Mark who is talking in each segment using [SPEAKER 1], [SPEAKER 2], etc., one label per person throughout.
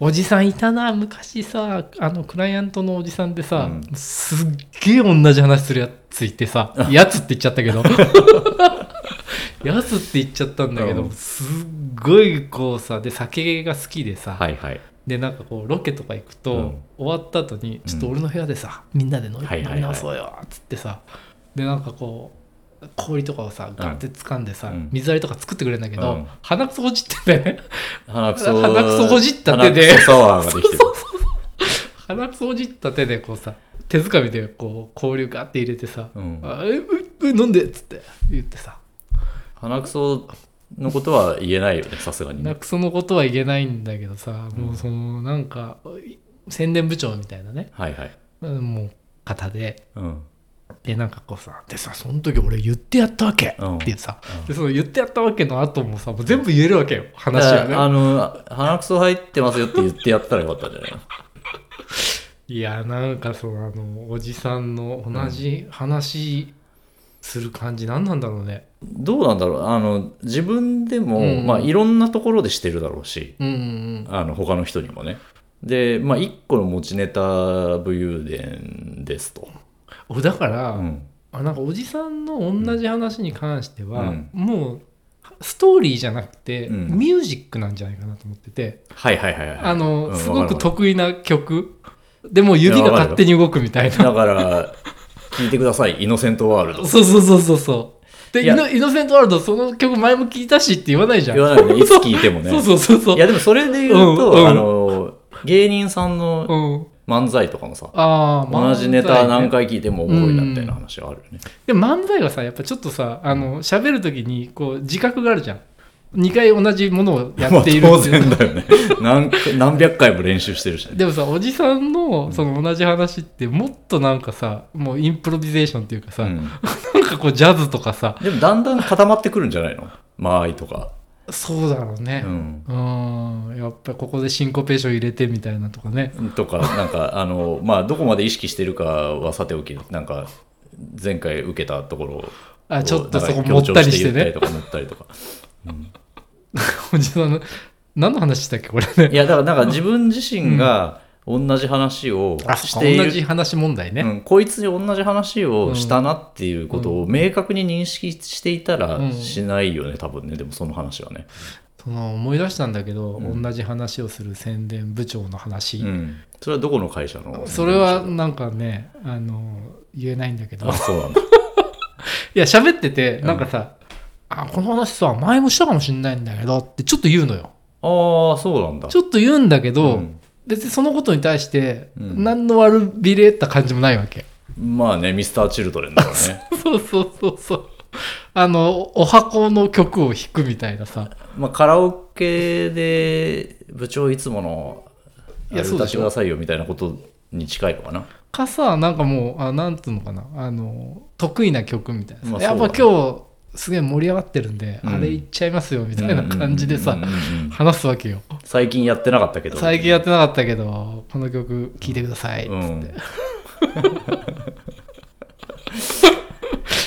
[SPEAKER 1] おじさんいたな昔さあのクライアントのおじさんでさ、すっげえ同じ話するやついてさやつって言っちゃった けどやつって言っちゃったんだけど、
[SPEAKER 2] うん
[SPEAKER 1] すっごいこうさで酒が好きでさ、
[SPEAKER 2] はいはい
[SPEAKER 1] でなんかこうロケとか行くと、
[SPEAKER 2] うん
[SPEAKER 1] 終わった後に「ちょっと俺の部屋でさ、みんなで飲み,、
[SPEAKER 2] はいはいはい
[SPEAKER 1] 飲み直そうよ」っつってさでなんかこう氷とかをさガッて掴んでさ、
[SPEAKER 2] うん
[SPEAKER 1] 水割りとか作ってくれるんだけど、
[SPEAKER 2] うん
[SPEAKER 1] 鼻くそほじってんだよね
[SPEAKER 2] 鼻くそ
[SPEAKER 1] 鼻くそほじった手で
[SPEAKER 2] 鼻くそサワーができてる
[SPEAKER 1] 鼻くそほじった手でこうさ手づかみでこう氷をガッて入れてさ「
[SPEAKER 2] うん
[SPEAKER 1] あえうう飲んで」っつって言ってさ
[SPEAKER 2] 鼻くそのことは言えないよねさすがに
[SPEAKER 1] 鼻
[SPEAKER 2] ね
[SPEAKER 1] くそのことは言えないんだけどさ、もうそのなんかい宣伝部長みたいなね
[SPEAKER 2] はいはい
[SPEAKER 1] うんもう方で
[SPEAKER 2] うん
[SPEAKER 1] でなんかこうさでさその時俺言ってやったわけ、
[SPEAKER 2] うん
[SPEAKER 1] ってさ、でその言ってやったわけの後もさもう全部言えるわけよ話
[SPEAKER 2] だから
[SPEAKER 1] は
[SPEAKER 2] あ
[SPEAKER 1] ね
[SPEAKER 2] の鼻くそ入ってますよって言ってやったらよかったんじゃないの
[SPEAKER 1] いやなんかそのあのおじさんの同じ話する感じ何なんだろうね
[SPEAKER 2] どうなんだろうあの自分でも、
[SPEAKER 1] うん
[SPEAKER 2] まあ、いろんなところでしてるだろうし
[SPEAKER 1] うんうん
[SPEAKER 2] あの他の人にもねで、まあ、1個の持ちネタ武勇伝ですと、
[SPEAKER 1] うん俺だから、
[SPEAKER 2] うん
[SPEAKER 1] あなんかおじさんの同じ話に関しては、
[SPEAKER 2] うん
[SPEAKER 1] もうストーリーじゃなくて、
[SPEAKER 2] うん
[SPEAKER 1] ミュージックなんじゃないかなと思ってて
[SPEAKER 2] はいはいはいはい
[SPEAKER 1] あの、
[SPEAKER 2] うん
[SPEAKER 1] す
[SPEAKER 2] わ
[SPEAKER 1] ごく
[SPEAKER 2] かるわかる
[SPEAKER 1] 得意な曲でも指が勝手に動くみた いな
[SPEAKER 2] だから聞いてください「イノセントワールド
[SPEAKER 1] そうそうそうそうそう。で、
[SPEAKER 2] い
[SPEAKER 1] イ
[SPEAKER 2] や
[SPEAKER 1] ノイノセントワールド、その曲前も聞いたしって言わない」じゃん。
[SPEAKER 2] 言わない よねいつ聞いてもね
[SPEAKER 1] そうそうそうそう。
[SPEAKER 2] いやでもそれで言うと、
[SPEAKER 1] うんうん
[SPEAKER 2] あの芸人さんの
[SPEAKER 1] うん。
[SPEAKER 2] 漫才とかもさ、
[SPEAKER 1] ああ、
[SPEAKER 2] 同じネタ何
[SPEAKER 1] か。
[SPEAKER 2] 回聞いてもおもろいなみたいな話はあるよね、
[SPEAKER 1] でも漫才はさ、やっぱちょっとさ、あの、喋るときに、こう、自覚があるじゃん。2回同じものをやっている
[SPEAKER 2] まあ当
[SPEAKER 1] っていう
[SPEAKER 2] 然だよね何回何百回も練習して るしね
[SPEAKER 1] でもさ、おじさんの、その同じ話って、もっとなんかさ、もうインプロビゼーションっていうかさ、
[SPEAKER 2] うん
[SPEAKER 1] なんかこう、ジャズとかさ、
[SPEAKER 2] でもだんだん固まってくるんじゃないの間合いとか、
[SPEAKER 1] そうだろうね
[SPEAKER 2] う。ん、
[SPEAKER 1] うん、やっぱここでシンコペーション入れてみたいなとかね。
[SPEAKER 2] とかなんかあのまあどこまで意識してるかはさておきなんか前回受けたところを
[SPEAKER 1] あ、ちょっとそこ
[SPEAKER 2] なんか
[SPEAKER 1] もったりして
[SPEAKER 2] 強調言
[SPEAKER 1] ね
[SPEAKER 2] ったり。とか持ったりとか
[SPEAKER 1] おじさんの何の話したっけこれ
[SPEAKER 2] い
[SPEAKER 1] ね
[SPEAKER 2] やだからなんか自分自身が同じ話を
[SPEAKER 1] あ
[SPEAKER 2] し
[SPEAKER 1] そ
[SPEAKER 2] てい
[SPEAKER 1] っか同
[SPEAKER 2] る
[SPEAKER 1] じ話問題
[SPEAKER 2] う
[SPEAKER 1] ね、
[SPEAKER 2] ん、こいつに同じ話をしたなっていうことを明確に認識していた
[SPEAKER 1] う
[SPEAKER 2] ら
[SPEAKER 1] ん
[SPEAKER 2] しないよね、多分ねでもその話はね、
[SPEAKER 1] その思い出したんだけど、
[SPEAKER 2] うん
[SPEAKER 1] 同じ話をする宣伝部長の話、
[SPEAKER 2] うん、それはどこの会社の
[SPEAKER 1] それはなんかねあの言えないんだけど
[SPEAKER 2] あそうなんだ
[SPEAKER 1] いや喋っててなんかさ、あこの話さ前もしたかもしれないんだけどってちょっと言うのよ
[SPEAKER 2] ああそうなんだ
[SPEAKER 1] ちょっと言うんだけど、
[SPEAKER 2] うん
[SPEAKER 1] 別にそのことに対して
[SPEAKER 2] うん
[SPEAKER 1] 何の悪びれた感じもないわけ、
[SPEAKER 2] まあねミスターチルドレンだからね
[SPEAKER 1] そうそうそうそうあのお箱の曲を弾くみたいなさ
[SPEAKER 2] まあカラオケで部長いつもの
[SPEAKER 1] い
[SPEAKER 2] あれ
[SPEAKER 1] やそう
[SPEAKER 2] 歌
[SPEAKER 1] で
[SPEAKER 2] って
[SPEAKER 1] し
[SPEAKER 2] く
[SPEAKER 1] ょ
[SPEAKER 2] ださいよみたいなことに近いのかな
[SPEAKER 1] かさなんかもうあなんつうのかなあの得意な曲みたいなさ、
[SPEAKER 2] まあ
[SPEAKER 1] やっぱ
[SPEAKER 2] そう
[SPEAKER 1] 今日すげえ盛り上がってるんで、
[SPEAKER 2] うん
[SPEAKER 1] あれいっちゃいますよみたいな感じでさ、
[SPEAKER 2] うんうんうんうん
[SPEAKER 1] 話すわけよ
[SPEAKER 2] 最近やってなかったけど
[SPEAKER 1] 最近やってなかったけどこの曲聴いてください、
[SPEAKER 2] うん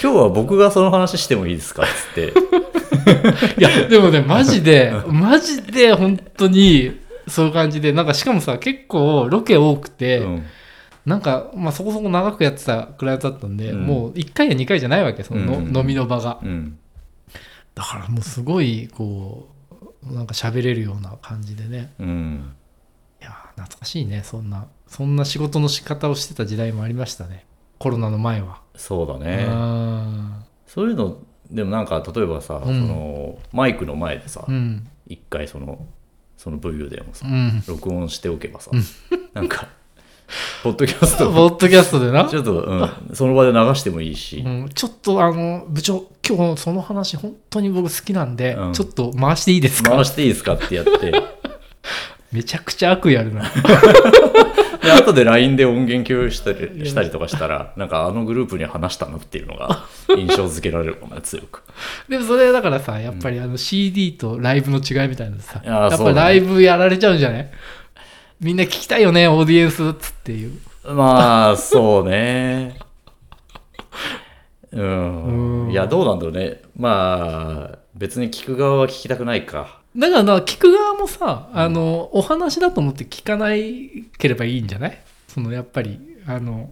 [SPEAKER 2] 今日は僕がその話してもいいですかっつって
[SPEAKER 1] いや でもねマジでマジで本当にそういう感じでなんかしかもさ結構ロケ多くて、
[SPEAKER 2] うん
[SPEAKER 1] なんか、まあ、そこそこ長くやってたクライアントだったんで、
[SPEAKER 2] うん
[SPEAKER 1] もう1回や2回じゃないわけそのの、
[SPEAKER 2] うんうん
[SPEAKER 1] 飲みの場が
[SPEAKER 2] うん
[SPEAKER 1] だからもうすごいこうなんか喋れるような感じでね
[SPEAKER 2] うん
[SPEAKER 1] いやー懐かしいねそんなそんな仕事の仕方をしてた時代もありましたねコロナの前は、
[SPEAKER 2] そうだ
[SPEAKER 1] う
[SPEAKER 2] ね
[SPEAKER 1] ん
[SPEAKER 2] そういうのでもなんか例えばさ、
[SPEAKER 1] ん
[SPEAKER 2] そのマイクの前でさ
[SPEAKER 1] うん
[SPEAKER 2] 一、回そのその VU でもさ、
[SPEAKER 1] うん
[SPEAKER 2] 録音しておけばさ、なんかポッドキャス
[SPEAKER 1] ポ
[SPEAKER 2] ト
[SPEAKER 1] ッドキャストでな
[SPEAKER 2] ちょっと、うん、その場で流してもいいし、
[SPEAKER 1] うん、ちょっとあの部長今日その話本当に僕好きなんで、
[SPEAKER 2] うん
[SPEAKER 1] ちょっと回していいですか
[SPEAKER 2] 回していいですかってやって
[SPEAKER 1] めちゃくちゃ悪意あるな
[SPEAKER 2] で後で LINE で音源共有したりしたりとかしたらなんかあのグループに話したなっていうのが印象付けられるかな強く
[SPEAKER 1] でもそれだからさやっぱりあの CD とライブの違いみたいなのさ、
[SPEAKER 2] いや
[SPEAKER 1] や
[SPEAKER 2] ー
[SPEAKER 1] っ
[SPEAKER 2] そう
[SPEAKER 1] ぱ
[SPEAKER 2] だね
[SPEAKER 1] ライブやられちゃうんじゃないみんな聞きたいよねオーディエンスっつっていう
[SPEAKER 2] まあそうねうんいやどうなんだろうねまあ別に聞く側は聞きたくないか
[SPEAKER 1] だからな聞く側もさあの、お話だと思って聞かないければいいんじゃないそのやっぱりあの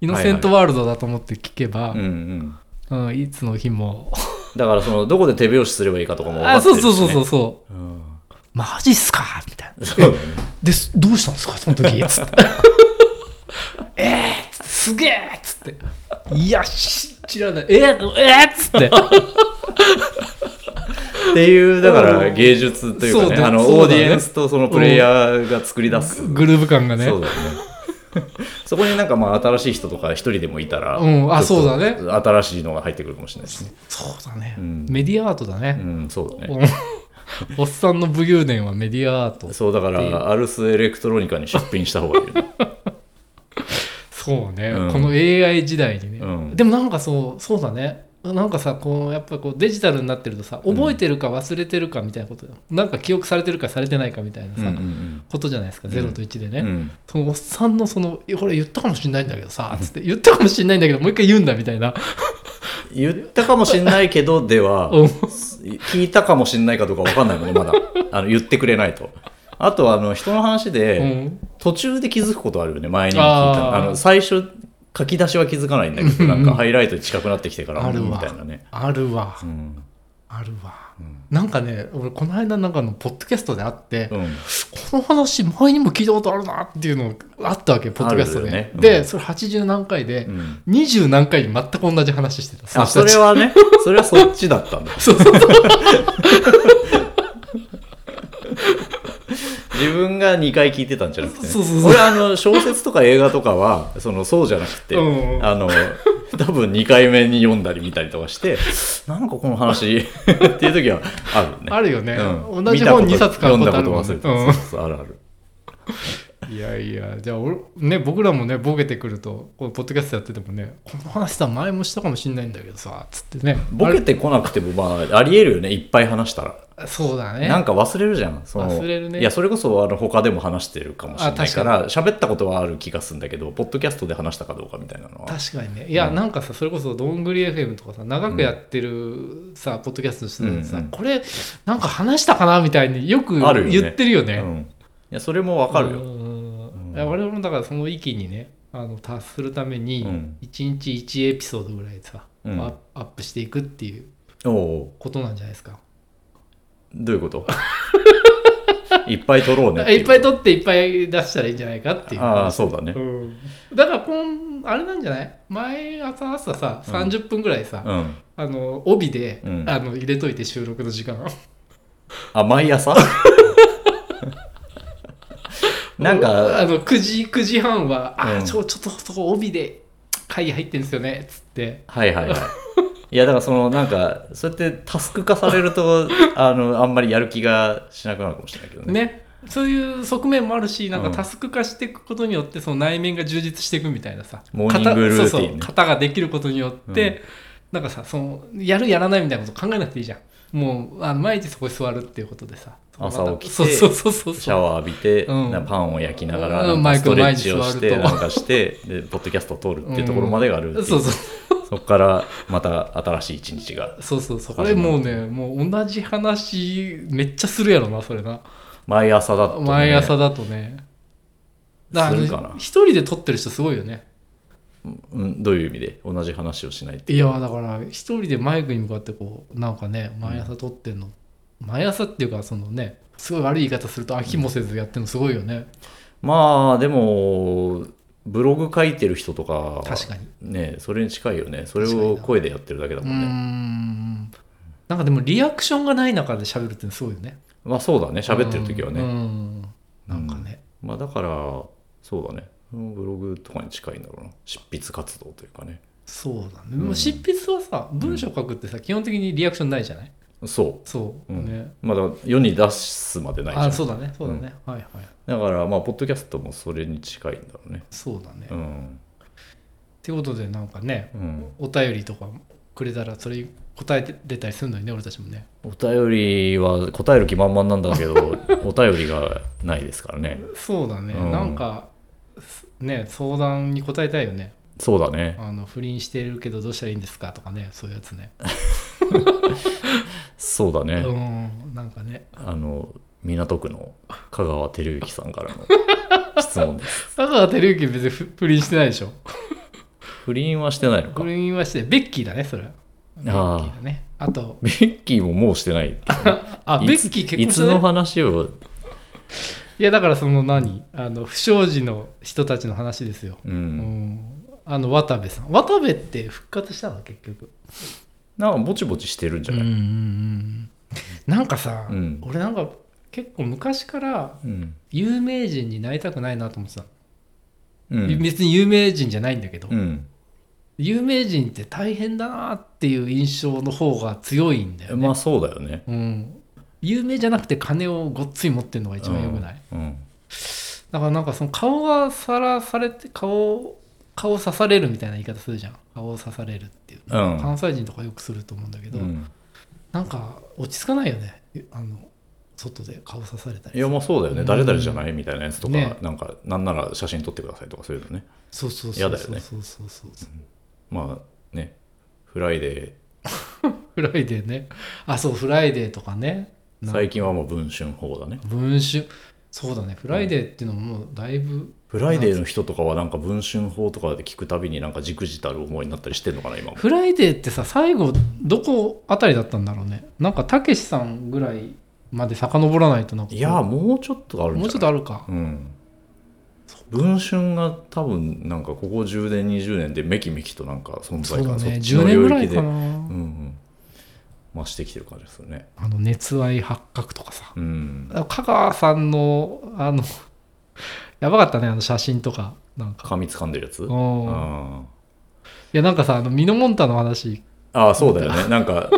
[SPEAKER 1] イノセントワールドだと思って聞けば、
[SPEAKER 2] うんうん、
[SPEAKER 1] うん、いつの日も
[SPEAKER 2] だからそのどこで手拍子すればいいかとかも分か
[SPEAKER 1] あ
[SPEAKER 2] って
[SPEAKER 1] そ
[SPEAKER 2] る
[SPEAKER 1] う
[SPEAKER 2] し、ね、、
[SPEAKER 1] そうそうそうそう
[SPEAKER 2] ん、
[SPEAKER 1] うマジっすかみたいな
[SPEAKER 2] そう
[SPEAKER 1] ですどうしたんですかその 時つってえーっつってすげえっつっていやし知らないえー、えー、っつ って
[SPEAKER 2] っていうだか
[SPEAKER 1] う
[SPEAKER 2] ら
[SPEAKER 1] ん
[SPEAKER 2] 芸術というか
[SPEAKER 1] そう
[SPEAKER 2] ね
[SPEAKER 1] だ
[SPEAKER 2] あの
[SPEAKER 1] そ
[SPEAKER 2] オ
[SPEAKER 1] うだ
[SPEAKER 2] ーデ
[SPEAKER 1] ね
[SPEAKER 2] ィエンスとそのプレイヤーが作り出す、
[SPEAKER 1] グルーヴ感がね
[SPEAKER 2] そうだよねそこになんかまあ新しい人とか一人でもいたら、
[SPEAKER 1] うんあ
[SPEAKER 2] ちょっと
[SPEAKER 1] そうだね
[SPEAKER 2] 新しいのが入ってくるかもしれないですね
[SPEAKER 1] そうだね、
[SPEAKER 2] うん
[SPEAKER 1] メディアアートだ
[SPEAKER 2] う
[SPEAKER 1] ね、
[SPEAKER 2] んそうだね
[SPEAKER 1] お おっさんの武勇伝はメディアアート
[SPEAKER 2] そうだからアルスエレクトロニカに出品した方がいいよね
[SPEAKER 1] そうね、
[SPEAKER 2] うん
[SPEAKER 1] この AI 時代にね、
[SPEAKER 2] うん
[SPEAKER 1] でもなんかそうそうだねなんかさこうやっぱこうデジタルになってるとさ覚えてるか忘れてるかみたいなこと、なんか記憶されてるかされてないかみたいな
[SPEAKER 2] う
[SPEAKER 1] さ、
[SPEAKER 2] んうん
[SPEAKER 1] ことじゃないですか0と1でね、
[SPEAKER 2] うんうん
[SPEAKER 1] そのおっさんのその「いやこれ言ったかもしれないんだけどさ」つって「言ったかもしれないんだけどもう一回言うんだ」みたいな
[SPEAKER 2] 言ったかもしんないけどでは
[SPEAKER 1] うん
[SPEAKER 2] 聞いたかもしんないかどうか分かんないもんねまだあの言ってくれないとあとはあの人の話で、
[SPEAKER 1] うん
[SPEAKER 2] 途中で気づくことあるよね前にも聞いた
[SPEAKER 1] あー
[SPEAKER 2] あの最初書き出しは気づかないんだけどなん かハイライトに近くなってきてから
[SPEAKER 1] ある
[SPEAKER 2] み
[SPEAKER 1] わ
[SPEAKER 2] たいなね、
[SPEAKER 1] あるわ、
[SPEAKER 2] うん
[SPEAKER 1] あるわ、
[SPEAKER 2] うん
[SPEAKER 1] なんかね俺この間なんかのポッドキャストであって、
[SPEAKER 2] う
[SPEAKER 1] こ
[SPEAKER 2] ん、
[SPEAKER 1] の話前にも聞いたことあるなっていうのがあったわけポッドキャストで、
[SPEAKER 2] あるよねうん
[SPEAKER 1] でそれ80何回で、
[SPEAKER 2] うん
[SPEAKER 1] 20何回に全く同じ話してたの
[SPEAKER 2] あ
[SPEAKER 1] 人
[SPEAKER 2] そ
[SPEAKER 1] た
[SPEAKER 2] れ
[SPEAKER 1] ち
[SPEAKER 2] は ねそれはそっちだったんだ
[SPEAKER 1] そうそうそう
[SPEAKER 2] 自分が2回聞いてたんじゃなくて、ね、
[SPEAKER 1] そうそうそう
[SPEAKER 2] 俺あの小説とか映画とかはそのそうじゃなくて、
[SPEAKER 1] うん
[SPEAKER 2] あの多分2回目に読んだり見たりとかしてなんかこの話 っていう時はあるね
[SPEAKER 1] あるよね、
[SPEAKER 2] うん
[SPEAKER 1] 同じ
[SPEAKER 2] 見たこ
[SPEAKER 1] 本
[SPEAKER 2] と
[SPEAKER 1] 2冊買うことあるもんね
[SPEAKER 2] 読んだこと忘れてたそうそうあるある
[SPEAKER 1] うんいやいやじゃあ俺、ね、僕らもねボケてくるとこうポッドキャストやっててもねこの話さ前もしたかもしれないんだけどさつってね
[SPEAKER 2] ボケてこなくてもまあありえるよねいっぱい話したら
[SPEAKER 1] あれそうだね
[SPEAKER 2] なんか忘れるじゃんその
[SPEAKER 1] 忘れるね
[SPEAKER 2] いやそれこそあの他でも話してるかもしれ
[SPEAKER 1] あ
[SPEAKER 2] ない
[SPEAKER 1] 確か
[SPEAKER 2] か
[SPEAKER 1] に
[SPEAKER 2] ら喋ったことはある気がするんだけどポッドキャストで話したかどうかみたいなのは
[SPEAKER 1] 確かにねいや、
[SPEAKER 2] うん
[SPEAKER 1] なんかさそれこそどんぐり FM とかさ長くやってるさ、ポッドキャストしてるのにさ、
[SPEAKER 2] うんうん
[SPEAKER 1] これなんか話したかなみたいによく
[SPEAKER 2] あるよね
[SPEAKER 1] 言ってるよね
[SPEAKER 2] う。ん、いやそれもわかるよ、
[SPEAKER 1] うんいや我々もだからその域にねあの達するために
[SPEAKER 2] うん
[SPEAKER 1] 1日1エピソードぐらいさ、
[SPEAKER 2] うん
[SPEAKER 1] アップアップしていくっていう
[SPEAKER 2] おお
[SPEAKER 1] ことなんじゃないですか。
[SPEAKER 2] どういうこと いっぱい撮ろうね
[SPEAKER 1] いっぱい
[SPEAKER 2] っ
[SPEAKER 1] 取っていっぱい出したらいいんじゃないかって
[SPEAKER 2] て
[SPEAKER 1] い
[SPEAKER 2] いうう。ああそうだね
[SPEAKER 1] うんだからこんあれなんじゃない毎朝朝さ
[SPEAKER 2] うん
[SPEAKER 1] 30分ぐらいさ、
[SPEAKER 2] うん
[SPEAKER 1] あの帯で、
[SPEAKER 2] うん
[SPEAKER 1] あの入れといて収録の時間
[SPEAKER 2] あ 毎朝な ん
[SPEAKER 1] あ
[SPEAKER 2] か
[SPEAKER 1] の9時 ,9 時半は「
[SPEAKER 2] う
[SPEAKER 1] あ
[SPEAKER 2] ん
[SPEAKER 1] ちょちょっとそこ帯で会議入ってんですよね」っつって
[SPEAKER 2] はいはいはいいやだからそのなんかそうやってタスク化される とあのあんまりやる気がしなくなるかもしれないけどね
[SPEAKER 1] ねそういう側面もあるしなんか
[SPEAKER 2] うん
[SPEAKER 1] タスク化していくことによってその内面が充実していくみたいなさ
[SPEAKER 2] モーニングルーティンね
[SPEAKER 1] 型そうそう型ができることによって、
[SPEAKER 2] うん
[SPEAKER 1] なんかさそのやるやらないみたいなこと考えなくていいじゃんもうあの毎日そこに座るっていうことでさ
[SPEAKER 2] 朝起きて
[SPEAKER 1] そうそうそうそう
[SPEAKER 2] シャワー浴びて、
[SPEAKER 1] うん
[SPEAKER 2] なパンを焼きながら、
[SPEAKER 1] うん
[SPEAKER 2] なんか
[SPEAKER 1] マイ
[SPEAKER 2] ス
[SPEAKER 1] ク
[SPEAKER 2] ト
[SPEAKER 1] の
[SPEAKER 2] レ
[SPEAKER 1] 前
[SPEAKER 2] ッ
[SPEAKER 1] に
[SPEAKER 2] チをし
[SPEAKER 1] 座
[SPEAKER 2] て、
[SPEAKER 1] ると
[SPEAKER 2] なんかして、で、ポッドキャストを撮るっていうところまでがあるっていう、
[SPEAKER 1] そうそう
[SPEAKER 2] そこからまた新しい一日が、
[SPEAKER 1] そうそうそうこれもうねもう同じ話めっちゃするやろなそれな
[SPEAKER 2] 毎朝だと、ね。
[SPEAKER 1] 毎朝だとねだから
[SPEAKER 2] するかな
[SPEAKER 1] 一人で撮ってる人すごいよね
[SPEAKER 2] うん、どういう意味で同じ話をしないって。
[SPEAKER 1] いやだから一人でマイクに向かってこうなんかね毎朝撮ってんの、毎朝っていうかそのねすごい悪い言い方すると飽きもせずやってるのすごいよね、
[SPEAKER 2] まあ、でも、ブログ書いてる人とか、
[SPEAKER 1] 確かに
[SPEAKER 2] ね、それに近いよね。それ
[SPEAKER 1] 確かに
[SPEAKER 2] を
[SPEAKER 1] な
[SPEAKER 2] 声でやってるだけだ
[SPEAKER 1] うー
[SPEAKER 2] もんね。
[SPEAKER 1] んなんかでもリアクションがない中で喋るってすごいよね
[SPEAKER 2] まあ、そうだね。喋ってる時は
[SPEAKER 1] う
[SPEAKER 2] ね。
[SPEAKER 1] んなんかね、
[SPEAKER 2] まあ、だから、そうだね。ブログとかに近いんだろうな。執筆活動というかね。
[SPEAKER 1] そうだね、
[SPEAKER 2] ん
[SPEAKER 1] もう執筆はさ文章書くってさ基本的にリアクションないじゃない
[SPEAKER 2] そう。
[SPEAKER 1] そう、
[SPEAKER 2] うん
[SPEAKER 1] ね
[SPEAKER 2] まだ世に出すまでないじゃん
[SPEAKER 1] あそうだねそうだね、はいはい
[SPEAKER 2] だからまあポッドキャストもそれに近いんだろうね
[SPEAKER 1] そうだね、
[SPEAKER 2] う
[SPEAKER 1] っ
[SPEAKER 2] ん、
[SPEAKER 1] てことでなんかね
[SPEAKER 2] うん、
[SPEAKER 1] お便りとかくれたらそれに答えて出たりするのにね俺たちもね
[SPEAKER 2] お便りは答える気満々なんだけ どお便りがないですからね
[SPEAKER 1] そうだね、
[SPEAKER 2] うん
[SPEAKER 1] なんかすね相談に答えたいよね
[SPEAKER 2] そうだね
[SPEAKER 1] あの不倫してるけどどうしたらいいんですかとかねそういうやつね
[SPEAKER 2] そうだね、
[SPEAKER 1] うんなんかね
[SPEAKER 2] あの港区の香川照之さんからの質問で す
[SPEAKER 1] 香川照之別に不不倫してないでしょ
[SPEAKER 2] 不倫はしてないのか
[SPEAKER 1] 不倫はしてベッキーだねそれはベッキーだねあと
[SPEAKER 2] ベッキーももうしてない
[SPEAKER 1] あベ
[SPEAKER 2] いつ
[SPEAKER 1] ッキー結
[SPEAKER 2] い
[SPEAKER 1] 婚し
[SPEAKER 2] つ
[SPEAKER 1] た、ね、
[SPEAKER 2] の話を
[SPEAKER 1] いやだからその何あの不祥事の人たちの話ですよ、
[SPEAKER 2] う
[SPEAKER 1] うん
[SPEAKER 2] ん、
[SPEAKER 1] あの渡部さん渡部って復活したの結局
[SPEAKER 2] なんかぼちぼちしてるんじゃない、
[SPEAKER 1] うんうんうんなんかさ、
[SPEAKER 2] うん
[SPEAKER 1] 俺なんか結構昔から
[SPEAKER 2] うん
[SPEAKER 1] 有名人になりたくないなと思ってたの、
[SPEAKER 2] うん
[SPEAKER 1] 別に有名人じゃないんだけど、
[SPEAKER 2] うん
[SPEAKER 1] 有名人って大変だなっていう印象の方が強いんだよね、
[SPEAKER 2] まあそうだよね
[SPEAKER 1] うん、有名じゃなくて金をごっつい持ってるのが一番良くない、
[SPEAKER 2] うん
[SPEAKER 1] だからなんかその顔がさらされて顔顔刺されるみたいな言い方するじゃん顔を刺されるっていう、
[SPEAKER 2] うん
[SPEAKER 1] 関西人とかよくすると思うんだけ
[SPEAKER 2] う
[SPEAKER 1] ど、
[SPEAKER 2] ん、
[SPEAKER 1] なんか落ち着かないよねあの外で顔刺された
[SPEAKER 2] い
[SPEAKER 1] り
[SPEAKER 2] やまあそうだよね、
[SPEAKER 1] うん
[SPEAKER 2] 誰々じゃないみたいなやつとか、
[SPEAKER 1] ね
[SPEAKER 2] なんかなんなら写真撮ってくださいとかそういうのね
[SPEAKER 1] そうそうそ
[SPEAKER 2] 嫌
[SPEAKER 1] う
[SPEAKER 2] だよ
[SPEAKER 1] そう
[SPEAKER 2] ね
[SPEAKER 1] そうそうそう
[SPEAKER 2] まあねフライデ
[SPEAKER 1] フライデーねあそうフライデーとかね
[SPEAKER 2] ー
[SPEAKER 1] なん
[SPEAKER 2] 最近はもう文春法だね
[SPEAKER 1] 文春そうだねフライデーっていうのももうだいぶ
[SPEAKER 2] フライデーの人とかはなんか文春法とかで聞くたびになんかじくじたる思いになったりしてんのかな今も
[SPEAKER 1] フライデーってさ最後どこあたりだったんだろうねなんかたけしさんぐらいまで遡らないとなんか
[SPEAKER 2] いやもうちょっとあるんじゃない
[SPEAKER 1] もうちょっとあるか
[SPEAKER 2] うん文春が多分なんかここ10年20年でめきめきとなんか存
[SPEAKER 1] そ
[SPEAKER 2] 在
[SPEAKER 1] う
[SPEAKER 2] 感
[SPEAKER 1] だね
[SPEAKER 2] っち
[SPEAKER 1] 10
[SPEAKER 2] の
[SPEAKER 1] 年ぐ
[SPEAKER 2] 領
[SPEAKER 1] らい
[SPEAKER 2] 域で
[SPEAKER 1] か
[SPEAKER 2] うん
[SPEAKER 1] な、
[SPEAKER 2] うん増してきてる感じですよね
[SPEAKER 1] あの熱愛発覚とかさ
[SPEAKER 2] うん
[SPEAKER 1] 香川さんのあの やばかったねあの写真とかなんか
[SPEAKER 2] 噛みつかんでるやつ
[SPEAKER 1] うん
[SPEAKER 2] あ
[SPEAKER 1] いやなんかさあのミノモンタの話
[SPEAKER 2] あーそうだよねなんか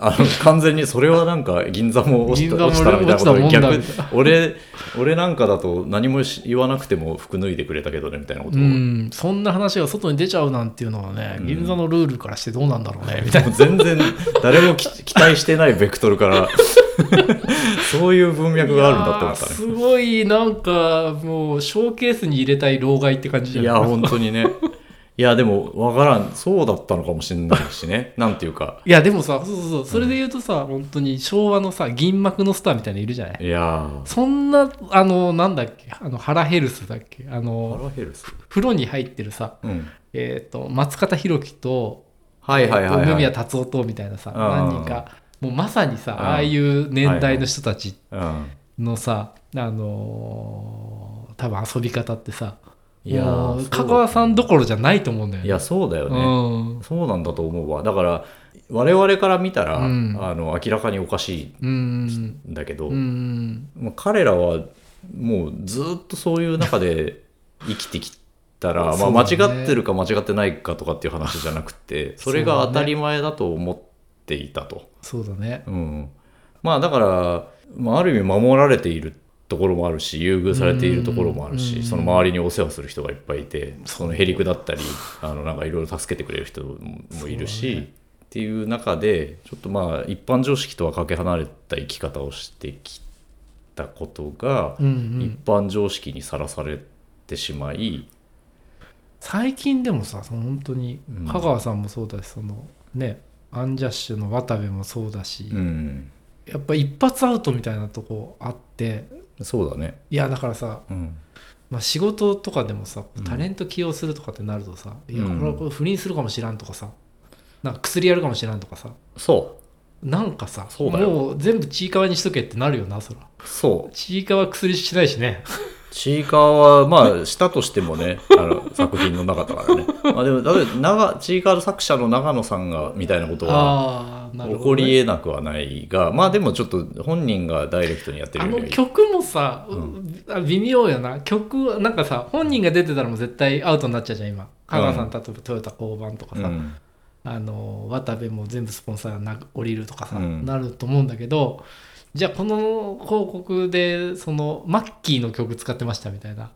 [SPEAKER 2] あの完全にそれはなんか銀座も落ちた
[SPEAKER 1] 銀座も
[SPEAKER 2] 落ちたらみたいなことで
[SPEAKER 1] 落ちたもんだ
[SPEAKER 2] 逆俺俺なんかだと何もし言わなくても服脱いでくれたけどねみたいなこと
[SPEAKER 1] う
[SPEAKER 2] を
[SPEAKER 1] んそんな話が外に出ちゃうなんていうのはね、
[SPEAKER 2] うん
[SPEAKER 1] 銀座のルールからしてどうなんだろうねみ たいな
[SPEAKER 2] もう全然誰もき期待してないベクトルから そういう文脈があるんだって思った
[SPEAKER 1] いやー
[SPEAKER 2] ね
[SPEAKER 1] すごいなんかもうショーケースに入れたい老害って感じじゃ
[SPEAKER 2] い
[SPEAKER 1] な
[SPEAKER 2] や
[SPEAKER 1] い
[SPEAKER 2] 本当にねいやでも分からんそうだったのかもしれないしねなんていうか
[SPEAKER 1] いやでもさそうそうそうそれで言うとさ、本当に昭和のさ銀幕のスターみたいなのいるじゃない
[SPEAKER 2] いや
[SPEAKER 1] そんなあのなんだっけあのハラヘルスだっけあ
[SPEAKER 2] ーハ
[SPEAKER 1] の
[SPEAKER 2] ラヘルス、
[SPEAKER 1] 風呂に入ってるさ
[SPEAKER 2] うん、
[SPEAKER 1] えっ、と松方弘樹と
[SPEAKER 2] はいはいはい、
[SPEAKER 1] 梅
[SPEAKER 2] はい
[SPEAKER 1] 宮達夫とみたいなさ
[SPEAKER 2] うんうんうん
[SPEAKER 1] 何人かもうまさにさ
[SPEAKER 2] ん
[SPEAKER 1] ああいう年代の人たち
[SPEAKER 2] うん、
[SPEAKER 1] のさ、あのー多分遊び方ってさ
[SPEAKER 2] いやー
[SPEAKER 1] もう
[SPEAKER 2] そう
[SPEAKER 1] 香川さんどころじゃないと思うんだよね。
[SPEAKER 2] いやそうだよ
[SPEAKER 1] う
[SPEAKER 2] ね、
[SPEAKER 1] ん
[SPEAKER 2] そうなんだと思うわだから我々から見たら、
[SPEAKER 1] うん
[SPEAKER 2] あの明らかにおかし
[SPEAKER 1] うん
[SPEAKER 2] いんだけど、
[SPEAKER 1] うん
[SPEAKER 2] まあ、彼らはもうずっとそういう中で 生きてきたら、
[SPEAKER 1] そうだね
[SPEAKER 2] まあ、間違ってるか間違ってないかとかっていう話じゃなくてそれが当たり前だと思っていたと。
[SPEAKER 1] そうだね。
[SPEAKER 2] うん、まあだから、まあ、ある意味守られているところもあるし優遇されているところもある
[SPEAKER 1] うん
[SPEAKER 2] しその周りにお世話する人がいっぱいいてそのへりくだったりあのなんかいろいろ助けてくれる人ももいるし、
[SPEAKER 1] そうだ
[SPEAKER 2] っていう中でちょっとまあ一般常識とはかけ離れた生き方をしてきたことが、
[SPEAKER 1] うんう
[SPEAKER 2] 一
[SPEAKER 1] ん、
[SPEAKER 2] 般常識にさらされてしまい、
[SPEAKER 1] 最近でもさその本当に
[SPEAKER 2] うん
[SPEAKER 1] 香川さんもそうだしそのねアンジャッシュの渡部もそうだし、
[SPEAKER 2] うん、
[SPEAKER 1] やっぱ一発アウトみたいなとこあって
[SPEAKER 2] そうだね。
[SPEAKER 1] いやだからさ、
[SPEAKER 2] うん
[SPEAKER 1] まあ、仕事とかでもさ
[SPEAKER 2] うん
[SPEAKER 1] タレント起用するとかってなるとさ、いうや
[SPEAKER 2] ん
[SPEAKER 1] これはこれ不倫するかもしらんとかさなんか薬やるかもしらんとかさ
[SPEAKER 2] そ
[SPEAKER 1] なんかさ
[SPEAKER 2] そうだよ
[SPEAKER 1] もう全部ちいかわにしとけってなるよなそら
[SPEAKER 2] うそう
[SPEAKER 1] ちいかわ薬しないしね
[SPEAKER 2] ちいかわは、まあ、したとしてもね、あの、作品の中だからね。まあでも、だって、長、ちいかわ作者の長野さんが、みたいなことは、
[SPEAKER 1] ああなる
[SPEAKER 2] 起
[SPEAKER 1] ほど、
[SPEAKER 2] こり
[SPEAKER 1] ね、
[SPEAKER 2] 得なくはないが、まあでもちょっと、本人がダイレクトにやってる
[SPEAKER 1] あ
[SPEAKER 2] よ
[SPEAKER 1] の
[SPEAKER 2] りは
[SPEAKER 1] 曲もさ、
[SPEAKER 2] う
[SPEAKER 1] あ微妙やな曲なんかさ本人が出てたらもう絶対アウトになっちゃうじゃん今香川さん例えばトヨタ交番とか
[SPEAKER 2] う
[SPEAKER 1] さ、
[SPEAKER 2] ん、
[SPEAKER 1] あの渡部も全部スポンサーがなく降りるとかさ、
[SPEAKER 2] うん
[SPEAKER 1] なると思うんだけどじゃあこの広告でそのマッキーの曲使ってましたみたいな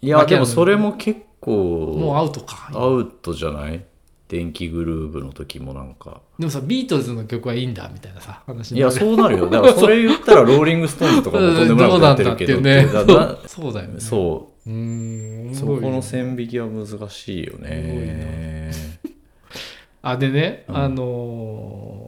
[SPEAKER 1] い
[SPEAKER 2] や、でもそれも結
[SPEAKER 1] もう
[SPEAKER 2] 構、
[SPEAKER 1] アウトか
[SPEAKER 2] アウトじゃない電気グルーヴの時もなんか。
[SPEAKER 1] でもさビートルズの曲はいいんだみたいなさ話
[SPEAKER 2] い
[SPEAKER 1] にな
[SPEAKER 2] や、
[SPEAKER 1] る
[SPEAKER 2] そうなるよ。だから、それ言ったら、ローリングストーンズとかもとんでもなくやってるけど、
[SPEAKER 1] どうなんだ
[SPEAKER 2] だ
[SPEAKER 1] っていう
[SPEAKER 2] な
[SPEAKER 1] ねそうだよねう
[SPEAKER 2] そう。
[SPEAKER 1] うーん
[SPEAKER 2] そこの線引きは難しいよね。
[SPEAKER 1] あでね、
[SPEAKER 2] うん
[SPEAKER 1] あのー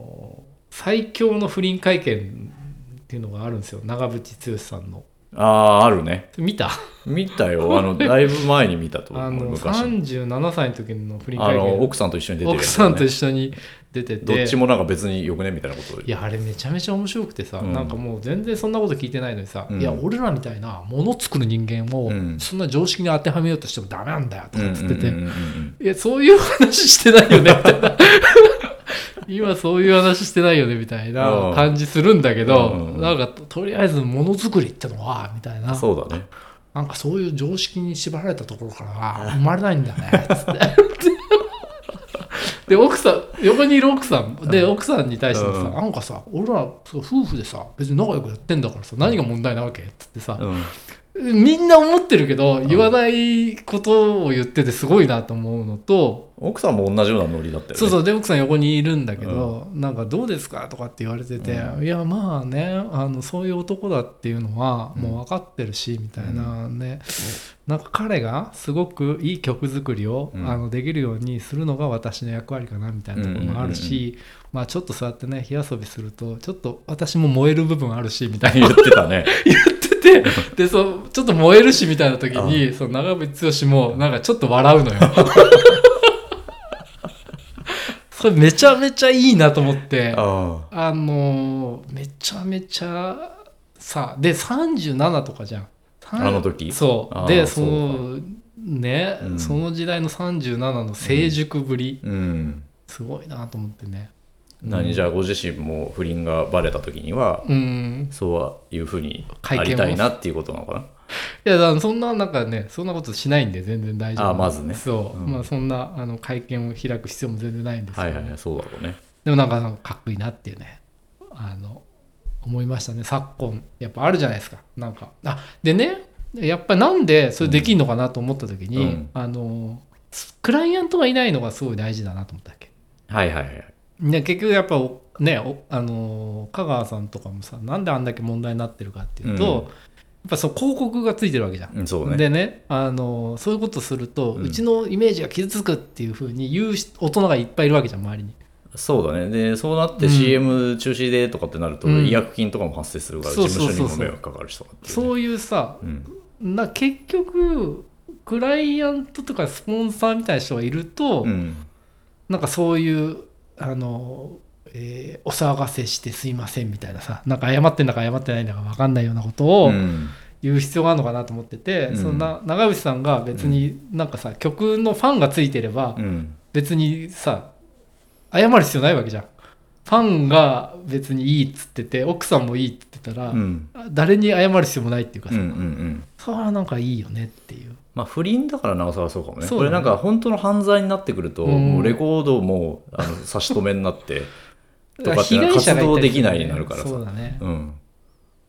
[SPEAKER 1] 最強の不倫会見っていうのがあるんですよ長渕剛さんの
[SPEAKER 2] ああーあるね
[SPEAKER 1] 見た
[SPEAKER 2] 見 たよあのだいぶ前に見たと思う
[SPEAKER 1] あの
[SPEAKER 2] 昔
[SPEAKER 1] 37歳の時の不倫
[SPEAKER 2] あ
[SPEAKER 1] 会見
[SPEAKER 2] の奥さんと一緒に出てるや
[SPEAKER 1] 奥
[SPEAKER 2] つ
[SPEAKER 1] さ
[SPEAKER 2] だよ
[SPEAKER 1] ん
[SPEAKER 2] ね
[SPEAKER 1] と一緒に出て
[SPEAKER 2] ど
[SPEAKER 1] て
[SPEAKER 2] っちもなんか別によくねみたいなこと
[SPEAKER 1] いやあれめちゃめちゃ面白くてさ、
[SPEAKER 2] うん
[SPEAKER 1] なんかもう全然そんなこと聞いてないのにさ、
[SPEAKER 2] うん
[SPEAKER 1] いや俺らみたいなもの作る人間を
[SPEAKER 2] うん
[SPEAKER 1] そんな常識に当てはめようとしてもダメなんだよとかっつってて、
[SPEAKER 2] うんうんうんうん
[SPEAKER 1] いやそういう話してないよねみたいな 今そういう話してないよねみたいな感じするんだけど、
[SPEAKER 2] うんうん
[SPEAKER 1] なんかととりあえずものづくりってのはみたいな
[SPEAKER 2] そうだね
[SPEAKER 1] なんかそういう常識に縛られたところからは生まれないんだねっつって。 で奥さん横にいる奥さんで奥さんに対してもさ、
[SPEAKER 2] うん
[SPEAKER 1] なんかさ俺らそう夫婦でさ別に仲良くやってんだからさ何が問題なわけっつってさ、
[SPEAKER 2] うん
[SPEAKER 1] みんな思ってるけど言わないことを言っててすごいなと思うのと、
[SPEAKER 2] 奥さんも同じようなノリだったよね
[SPEAKER 1] そうそうで奥さん横にいるんだけど、なんかどうですかとかって言われてて、
[SPEAKER 2] う
[SPEAKER 1] いやまあねあのそういう男だっていうのはもう分かってるし、みたいなね、なんか彼がすごくいい曲作りを、
[SPEAKER 2] うん
[SPEAKER 1] あのできるようにするのが私の役割かなみたいなところもあるし、
[SPEAKER 2] うん
[SPEAKER 1] まあちょっとそうやってね火遊びするとちょっと私も燃える部分あるしみたいな
[SPEAKER 2] 言って たね
[SPEAKER 1] 言っててでそうちょっと燃えるしみたいな時にその長渕剛もなんかちょっと笑う のよ。それめちゃめちゃいいなと思ってあ
[SPEAKER 2] あ
[SPEAKER 1] のーめちゃめちゃさで37とかじゃん。
[SPEAKER 2] ああの時
[SPEAKER 1] そ
[SPEAKER 2] あ
[SPEAKER 1] う
[SPEAKER 2] ー
[SPEAKER 1] で
[SPEAKER 2] そ
[SPEAKER 1] そう
[SPEAKER 2] か
[SPEAKER 1] のね、
[SPEAKER 2] うん
[SPEAKER 1] その時代の37の成熟ぶり、
[SPEAKER 2] うん
[SPEAKER 1] すごいなと思ってね。
[SPEAKER 2] 何じゃあご自身も不倫がバレた時には
[SPEAKER 1] うん、
[SPEAKER 2] そういうふうにありたいなっていうことなのかない
[SPEAKER 1] やだからそんななんかねそんなことしないんで全然大丈夫
[SPEAKER 2] あまずね
[SPEAKER 1] そう、
[SPEAKER 2] うん
[SPEAKER 1] まあそんなあの会見を開く必要も全然ないんですけど
[SPEAKER 2] はいはいはいそうだろうね
[SPEAKER 1] でもなんかなんかかっこいいなっていうねあの思いましたね昨今やっぱあるじゃないですかなんかあでねやっぱなんでそれできんのかなと思った時に、
[SPEAKER 2] うん
[SPEAKER 1] あのクライアントがいないのがすごい大事だなと思ったっけ
[SPEAKER 2] はいはいはい
[SPEAKER 1] ね、結局やっぱおねおあのー香川さんとかもさなんであんだけ問題になってるかっていうと、
[SPEAKER 2] うん
[SPEAKER 1] やっぱそう広告がついてるわけじゃん。
[SPEAKER 2] うんそうね
[SPEAKER 1] でね、あのーそういうことすると、
[SPEAKER 2] う
[SPEAKER 1] うんちのイメージが傷つくっていうふうに言う人大人がいっぱいいるわけじゃん周りに。
[SPEAKER 2] そうだねでそうなっ
[SPEAKER 1] う
[SPEAKER 2] て
[SPEAKER 1] ん
[SPEAKER 2] CM 中止でとかってなると
[SPEAKER 1] うん
[SPEAKER 2] 違約金とかも発生するから
[SPEAKER 1] そ
[SPEAKER 2] 事
[SPEAKER 1] うそう
[SPEAKER 2] 務
[SPEAKER 1] そうそう
[SPEAKER 2] 所にも迷惑かかるしとかっていうね
[SPEAKER 1] そういうさ
[SPEAKER 2] うん
[SPEAKER 1] な結局クライアントとかスポンサーみたいな人がいると、
[SPEAKER 2] うん
[SPEAKER 1] なんかそういうあのー、えーお騒がせしてすいませんみたいなさなんか謝ってんだか謝ってないんだか分かんないようなことを。
[SPEAKER 2] うん
[SPEAKER 1] 言う必要があるのかなと思ってて、
[SPEAKER 2] うん
[SPEAKER 1] そんな長渕さんが別になんかさ、曲のファンがついてれば
[SPEAKER 2] うん
[SPEAKER 1] 別にさ謝る必要ないわけじゃんファンが別にいいっつってて奥さんもいいっつってたら、
[SPEAKER 2] うん
[SPEAKER 1] 誰に謝る必要もないっていうか
[SPEAKER 2] うんう
[SPEAKER 1] さ、
[SPEAKER 2] んうん
[SPEAKER 1] それはなんかいいよねっていう
[SPEAKER 2] まあ不倫だからなおさらそうかもね
[SPEAKER 1] そう
[SPEAKER 2] こ
[SPEAKER 1] だ
[SPEAKER 2] れ
[SPEAKER 1] ね
[SPEAKER 2] なんか本当の犯罪になってくると、
[SPEAKER 1] うん
[SPEAKER 2] もうレコードもあの差し止めになって と
[SPEAKER 1] だ
[SPEAKER 2] か
[SPEAKER 1] ら
[SPEAKER 2] って
[SPEAKER 1] 被
[SPEAKER 2] な
[SPEAKER 1] 害者が
[SPEAKER 2] 活
[SPEAKER 1] い
[SPEAKER 2] 動
[SPEAKER 1] たり
[SPEAKER 2] ですき
[SPEAKER 1] るね
[SPEAKER 2] ないになるからさ
[SPEAKER 1] そうだね、
[SPEAKER 2] うん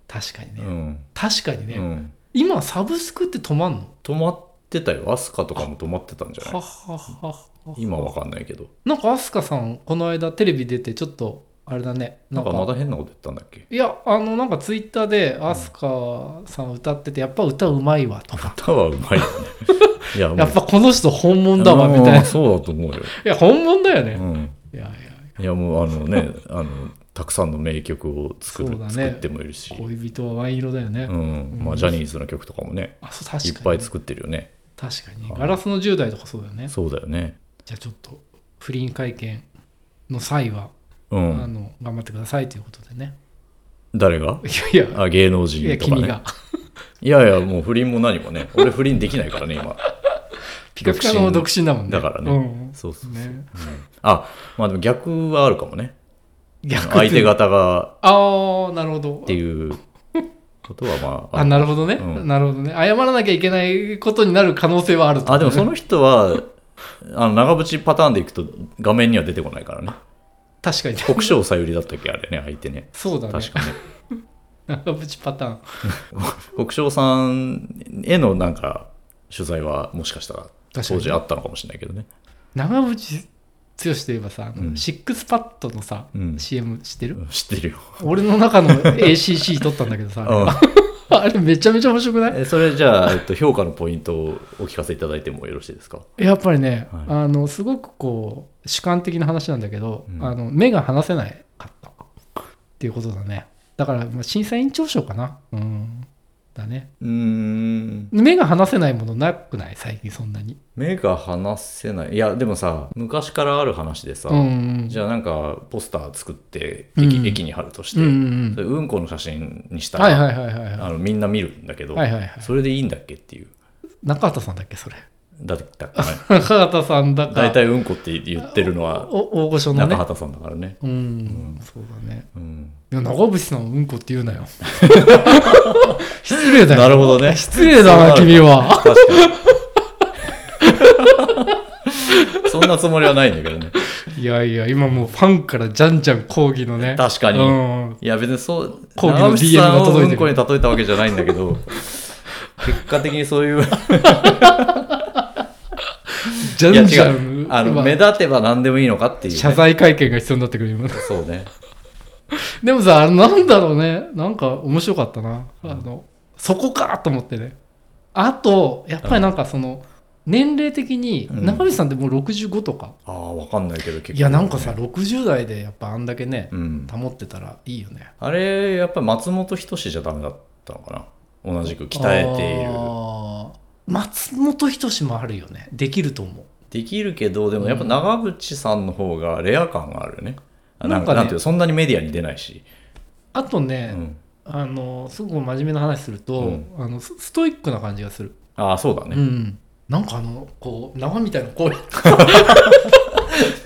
[SPEAKER 1] 確かにね、
[SPEAKER 2] うん
[SPEAKER 1] 確かにね、
[SPEAKER 2] うん
[SPEAKER 1] 今サブスクって止まんの
[SPEAKER 2] 止まってたよアスカとかも止まってたんじゃ
[SPEAKER 1] は
[SPEAKER 2] な
[SPEAKER 1] いははは
[SPEAKER 2] 今わかんないけど
[SPEAKER 1] なんか飛鳥さんこの間テレビ出てちょっとあれだね
[SPEAKER 2] なんかまた変なこと言ったんだっけ
[SPEAKER 1] いやあのなんかツイッターで飛鳥さん歌っててやっぱ歌うまいわとか
[SPEAKER 2] 歌は うまいよねいやもう
[SPEAKER 1] やっぱこの人本物だわみたい
[SPEAKER 2] や
[SPEAKER 1] な
[SPEAKER 2] ー
[SPEAKER 1] い
[SPEAKER 2] そうだと思うよ、
[SPEAKER 1] や本物だよ
[SPEAKER 2] う
[SPEAKER 1] ね、
[SPEAKER 2] ん、
[SPEAKER 1] いやいや
[SPEAKER 2] いやもうあのねあのたくさんの名曲を作る、
[SPEAKER 1] そうだね
[SPEAKER 2] 作ってもいるし、
[SPEAKER 1] 恋人はワイン色だよね、
[SPEAKER 2] うんまあ、ジャニーズの曲とかもね
[SPEAKER 1] あそう
[SPEAKER 2] い
[SPEAKER 1] 確
[SPEAKER 2] っ
[SPEAKER 1] か
[SPEAKER 2] ぱ
[SPEAKER 1] に
[SPEAKER 2] い作ってるよね
[SPEAKER 1] 確かにガラスの10代とかそうだよね
[SPEAKER 2] そうだよね
[SPEAKER 1] じゃあちょっと不倫会見の際は、
[SPEAKER 2] う
[SPEAKER 1] あ
[SPEAKER 2] ん、
[SPEAKER 1] の頑張ってくださいということでね
[SPEAKER 2] 誰が
[SPEAKER 1] いやいや
[SPEAKER 2] あ芸能
[SPEAKER 1] いや
[SPEAKER 2] 人とか
[SPEAKER 1] 君
[SPEAKER 2] ね
[SPEAKER 1] が
[SPEAKER 2] いやいやもう不倫も何もね俺不倫できないからね 今
[SPEAKER 1] ピカピカの独身だもんね
[SPEAKER 2] だからね、
[SPEAKER 1] うん
[SPEAKER 2] そうそうそう、
[SPEAKER 1] ね
[SPEAKER 2] あまあでも逆はあるかもね
[SPEAKER 1] 逆って
[SPEAKER 2] 相手方が
[SPEAKER 1] ああなるほど
[SPEAKER 2] っていうことはまあ
[SPEAKER 1] あなるほどね、
[SPEAKER 2] うん
[SPEAKER 1] なるほどね謝らなきゃいけないことになる可能性はあると
[SPEAKER 2] あでもその人はあの長渕パターンでいくと画面には出てこないからね
[SPEAKER 1] 確かに
[SPEAKER 2] 国生さゆりだったっけあれね相手ね
[SPEAKER 1] そうだね
[SPEAKER 2] 確かね
[SPEAKER 1] 長渕パターン
[SPEAKER 2] 国生さんへのなんか取材はもしかしたら当
[SPEAKER 1] 確かに
[SPEAKER 2] 時あったのかもしれないけどね
[SPEAKER 1] 長渕剛といえばさ、あ
[SPEAKER 2] う
[SPEAKER 1] の
[SPEAKER 2] ん
[SPEAKER 1] シックスパッドのさ、
[SPEAKER 2] うん
[SPEAKER 1] CM してる、
[SPEAKER 2] うん知ってるよ、
[SPEAKER 1] 俺の中の ACC 撮ったんだけどさ、あれ
[SPEAKER 2] うん
[SPEAKER 1] あれめちゃめちゃ面白くない
[SPEAKER 2] えそれじゃあ、えっと、評価のポイントをお聞かせいただいてもよろしいですか
[SPEAKER 1] やっぱりね、
[SPEAKER 2] はい
[SPEAKER 1] あのすごくこう主観的な話なんだけど、
[SPEAKER 2] うん
[SPEAKER 1] あの目が離せないかったっていうことだねだからまあ審査委員長賞かなうんだね
[SPEAKER 2] うーん
[SPEAKER 1] 目が離せないものなくない最近そんなに
[SPEAKER 2] 目が離せないいやでもさ昔からある話でさ、
[SPEAKER 1] うんうん
[SPEAKER 2] じゃあなんかポスター作って駅,、
[SPEAKER 1] うん
[SPEAKER 2] 駅に貼るとし
[SPEAKER 1] う
[SPEAKER 2] て、
[SPEAKER 1] んう
[SPEAKER 2] そ
[SPEAKER 1] ん
[SPEAKER 2] れうんこの写真にしたら、
[SPEAKER 1] はいはいはいはい
[SPEAKER 2] あ
[SPEAKER 1] は
[SPEAKER 2] のみんな見るんだけど、
[SPEAKER 1] いはいはい
[SPEAKER 2] それでいいんだっけっていう
[SPEAKER 1] 中畑さんだっけそれ
[SPEAKER 2] だったっけね
[SPEAKER 1] 中畑さんだか
[SPEAKER 2] 大体うんこって言ってるのは
[SPEAKER 1] お大御所の
[SPEAKER 2] 中
[SPEAKER 1] ね
[SPEAKER 2] 畑さんだからね、
[SPEAKER 1] うん、そうだね
[SPEAKER 2] うん、
[SPEAKER 1] いや長渕さんをうんこって言うなよ 失礼だよ
[SPEAKER 2] なるほどね
[SPEAKER 1] 失礼だな
[SPEAKER 2] そうる
[SPEAKER 1] 君は
[SPEAKER 2] 確かにそんなつもりはないんだけどね
[SPEAKER 1] いやいや今もうファンからじゃんじゃん抗議のね
[SPEAKER 2] 確かに
[SPEAKER 1] うん
[SPEAKER 2] いや別にそう
[SPEAKER 1] 抗議の DM
[SPEAKER 2] 長渕さん
[SPEAKER 1] が届いてる
[SPEAKER 2] をうんこに例えたわけじゃないんだけど結果的にそ ういう
[SPEAKER 1] じゃ
[SPEAKER 2] いや
[SPEAKER 1] んじゃ
[SPEAKER 2] 違
[SPEAKER 1] ん
[SPEAKER 2] うあ
[SPEAKER 1] ま
[SPEAKER 2] の
[SPEAKER 1] あ
[SPEAKER 2] 目立てば何でもいいのかっていうね、
[SPEAKER 1] 謝罪会見が必要になってくるよ
[SPEAKER 2] そうね
[SPEAKER 1] でもさ、あのなんだろうね、なんか面白かったな。あの、そこかと思ってね。あと、やっぱりなんかその、年齢的に、
[SPEAKER 2] うん
[SPEAKER 1] 中西さんってもう65とか。
[SPEAKER 2] ああわかんないけど結構
[SPEAKER 1] いや、なんかさ、60代でやっぱあんだけね
[SPEAKER 2] う、ん
[SPEAKER 1] 保ってたらいいよね。
[SPEAKER 2] あれやっぱり松本人志じゃダメだったのかな同じく鍛えている
[SPEAKER 1] あー。松本人志もあるよね。できると思う。
[SPEAKER 2] できるけどでもやっぱ長渕さんの方がレア感があるよね、なん
[SPEAKER 1] なんか
[SPEAKER 2] か
[SPEAKER 1] ね
[SPEAKER 2] なんていうのそんなにメディアに出ないし、
[SPEAKER 1] あとね
[SPEAKER 2] う、ん、
[SPEAKER 1] あの、すごく真面目な話すると、
[SPEAKER 2] うん
[SPEAKER 1] あのスストイックな感じがする。
[SPEAKER 2] ああそうだね、
[SPEAKER 1] うん、なんかあのこう縄みたいなこうやって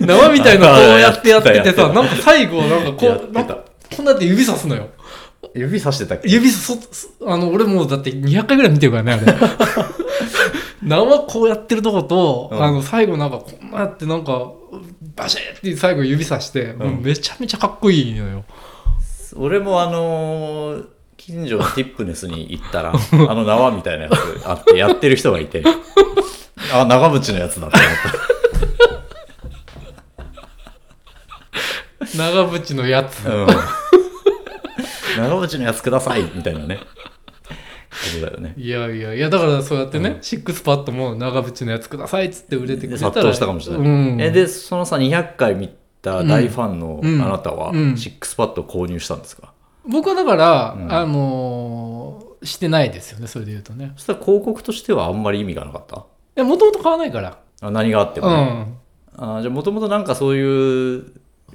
[SPEAKER 1] 縄みたいなこうやってやっててさ
[SPEAKER 2] やってたやって
[SPEAKER 1] な
[SPEAKER 2] た
[SPEAKER 1] んか最後なんかこ
[SPEAKER 2] やっ
[SPEAKER 1] うなん
[SPEAKER 2] て
[SPEAKER 1] か
[SPEAKER 2] た
[SPEAKER 1] こんなって指さすのよ
[SPEAKER 2] 指さしてたっけ
[SPEAKER 1] 指さそそあの俺もうだって200回ぐらい見てるから ねあれ縄こうやってるとこと、
[SPEAKER 2] うん
[SPEAKER 1] あの最後なんかこんなやってなんかバシッって最後指さして、もうめちゃめちゃかっこいいのよ
[SPEAKER 2] 俺もあのー近所のティップネスに行ったら あの縄みたいなやつあってやってる人がいて あ長渕のやつだって思った
[SPEAKER 1] 長渕のやつ
[SPEAKER 2] うん 長渕のやつくださいみたいなねそうだよね
[SPEAKER 1] いやいやいやだからそうやってね、
[SPEAKER 2] うん
[SPEAKER 1] シックスパッドも長渕のやつくださいっつって売れてくれ
[SPEAKER 2] で
[SPEAKER 1] たら
[SPEAKER 2] 殺到したかもしれない、
[SPEAKER 1] うん
[SPEAKER 2] えでそのさ200回見た大ファンの
[SPEAKER 1] うん
[SPEAKER 2] あなたは、
[SPEAKER 1] うん
[SPEAKER 2] シックスパッドを購入したんですか、
[SPEAKER 1] 僕はだから、
[SPEAKER 2] うん
[SPEAKER 1] あのーしてないですよねそれで言うとね
[SPEAKER 2] そしたら広告としてはあんまり意味がなかった
[SPEAKER 1] もともと買わないから
[SPEAKER 2] あ何があって
[SPEAKER 1] う
[SPEAKER 2] も、ね
[SPEAKER 1] ん
[SPEAKER 2] あじゃあもともとなんかそういう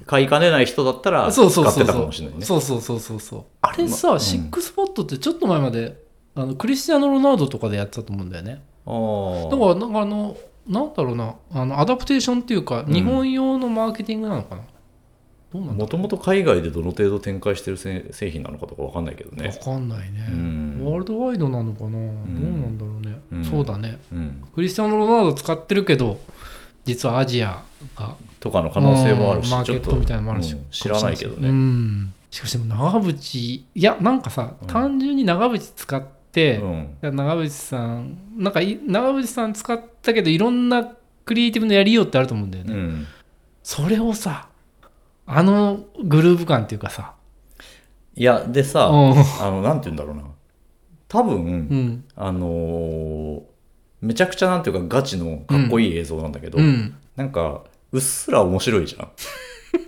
[SPEAKER 2] 買いかねない人だったら使
[SPEAKER 1] そ
[SPEAKER 2] っ
[SPEAKER 1] うそうそ
[SPEAKER 2] て
[SPEAKER 1] う
[SPEAKER 2] たか
[SPEAKER 1] そ
[SPEAKER 2] も
[SPEAKER 1] う
[SPEAKER 2] しれないね
[SPEAKER 1] そうそうそうそうそうあれさ、
[SPEAKER 2] まうん
[SPEAKER 1] シックスポットってちょっと前まであのクリスティアーノ・ロナウドとかでやってたと思うんだよね
[SPEAKER 2] あー
[SPEAKER 1] だからなんかあのなんだろうなあのアダプテーションっていうか
[SPEAKER 2] ん
[SPEAKER 1] 日本用のマーケティングなのかな、どうなんだ
[SPEAKER 2] もともと海外でどの程度展開してるせ製品なのかとかわかんないけど
[SPEAKER 1] わ
[SPEAKER 2] ね。
[SPEAKER 1] かんないね、
[SPEAKER 2] うん
[SPEAKER 1] ワールドワイドなのかな、どうなんだろうね、
[SPEAKER 2] うん
[SPEAKER 1] そうだね
[SPEAKER 2] うん、
[SPEAKER 1] クリスティアーノ・ロナウド使ってるけど実はアジアが
[SPEAKER 2] とかの可能性もあるし、
[SPEAKER 1] うんマー
[SPEAKER 2] ち
[SPEAKER 1] ケ
[SPEAKER 2] ょっ
[SPEAKER 1] ッ
[SPEAKER 2] と
[SPEAKER 1] トみたいなのもあるし、
[SPEAKER 2] うん知らないけど
[SPEAKER 1] う
[SPEAKER 2] ね。
[SPEAKER 1] んしかしでも長渕いやなんかさ、
[SPEAKER 2] うん
[SPEAKER 1] 単純に長渕使って、
[SPEAKER 2] う
[SPEAKER 1] い
[SPEAKER 2] ん
[SPEAKER 1] や長渕さんなんかい長渕さん使ったけどいろんなクリエイティブのやりようってあると思うんだよ
[SPEAKER 2] う
[SPEAKER 1] ね、
[SPEAKER 2] ん、
[SPEAKER 1] それをさあのグルーヴ感っていうかさ
[SPEAKER 2] いやでさ、
[SPEAKER 1] う
[SPEAKER 2] あのなんて言うんだろうな多分、
[SPEAKER 1] んうん
[SPEAKER 2] あのーめちゃくちゃなんていうかガチのかっこいい映像なんだけど、
[SPEAKER 1] うん
[SPEAKER 2] なんかうっすら面白いじゃん。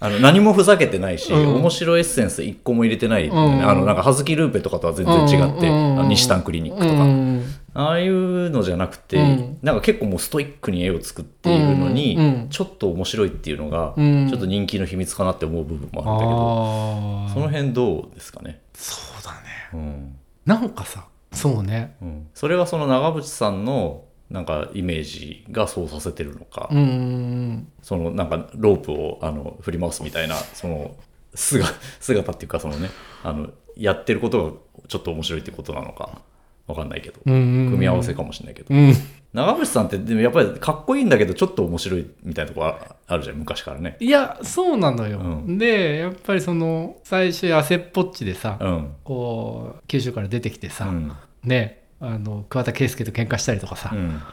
[SPEAKER 2] あの何もふざけてないし、
[SPEAKER 1] うん
[SPEAKER 2] 面白エッセンス一個も入れてない、
[SPEAKER 1] うん
[SPEAKER 2] あのなんか葉月ルーペとかとは全然違って、
[SPEAKER 1] うん
[SPEAKER 2] あの西丹クリニックとか、
[SPEAKER 1] うん
[SPEAKER 2] ああいうのじゃなくて、
[SPEAKER 1] うん
[SPEAKER 2] なんか結構もうストイックに絵を作っているのに、
[SPEAKER 1] うんうん
[SPEAKER 2] ちょっと面白いっていうのが、
[SPEAKER 1] うん
[SPEAKER 2] ちょっと人気の秘密かなって思う部分もあるんだけど、
[SPEAKER 1] ああ
[SPEAKER 2] その辺どうですかね。
[SPEAKER 1] そうだね
[SPEAKER 2] うん
[SPEAKER 1] なんかさそうね
[SPEAKER 2] うん、それはその長渕さんのなんかイメージがそうさせてるのか、
[SPEAKER 1] うん
[SPEAKER 2] そのなんかロープをあの振り回すみたいなその姿姿っていうかそのねあのやってることがちょっと面白いってことなのかわかんないけど
[SPEAKER 1] 組
[SPEAKER 2] 組み合わせかもしれないけど、
[SPEAKER 1] うん
[SPEAKER 2] 長渕さんってでもやっぱりかっこいいんだけどちょっと面白いみたいなとこああるじゃん昔からね
[SPEAKER 1] いやそうなのよ、
[SPEAKER 2] う
[SPEAKER 1] でやっぱりその最初痩せっぽっちでさ、
[SPEAKER 2] うん
[SPEAKER 1] こう九州から出てきて
[SPEAKER 2] う
[SPEAKER 1] さ、
[SPEAKER 2] ん
[SPEAKER 1] ねあの桑田佳祐と喧嘩したりとかさ、
[SPEAKER 2] う
[SPEAKER 1] あ
[SPEAKER 2] ん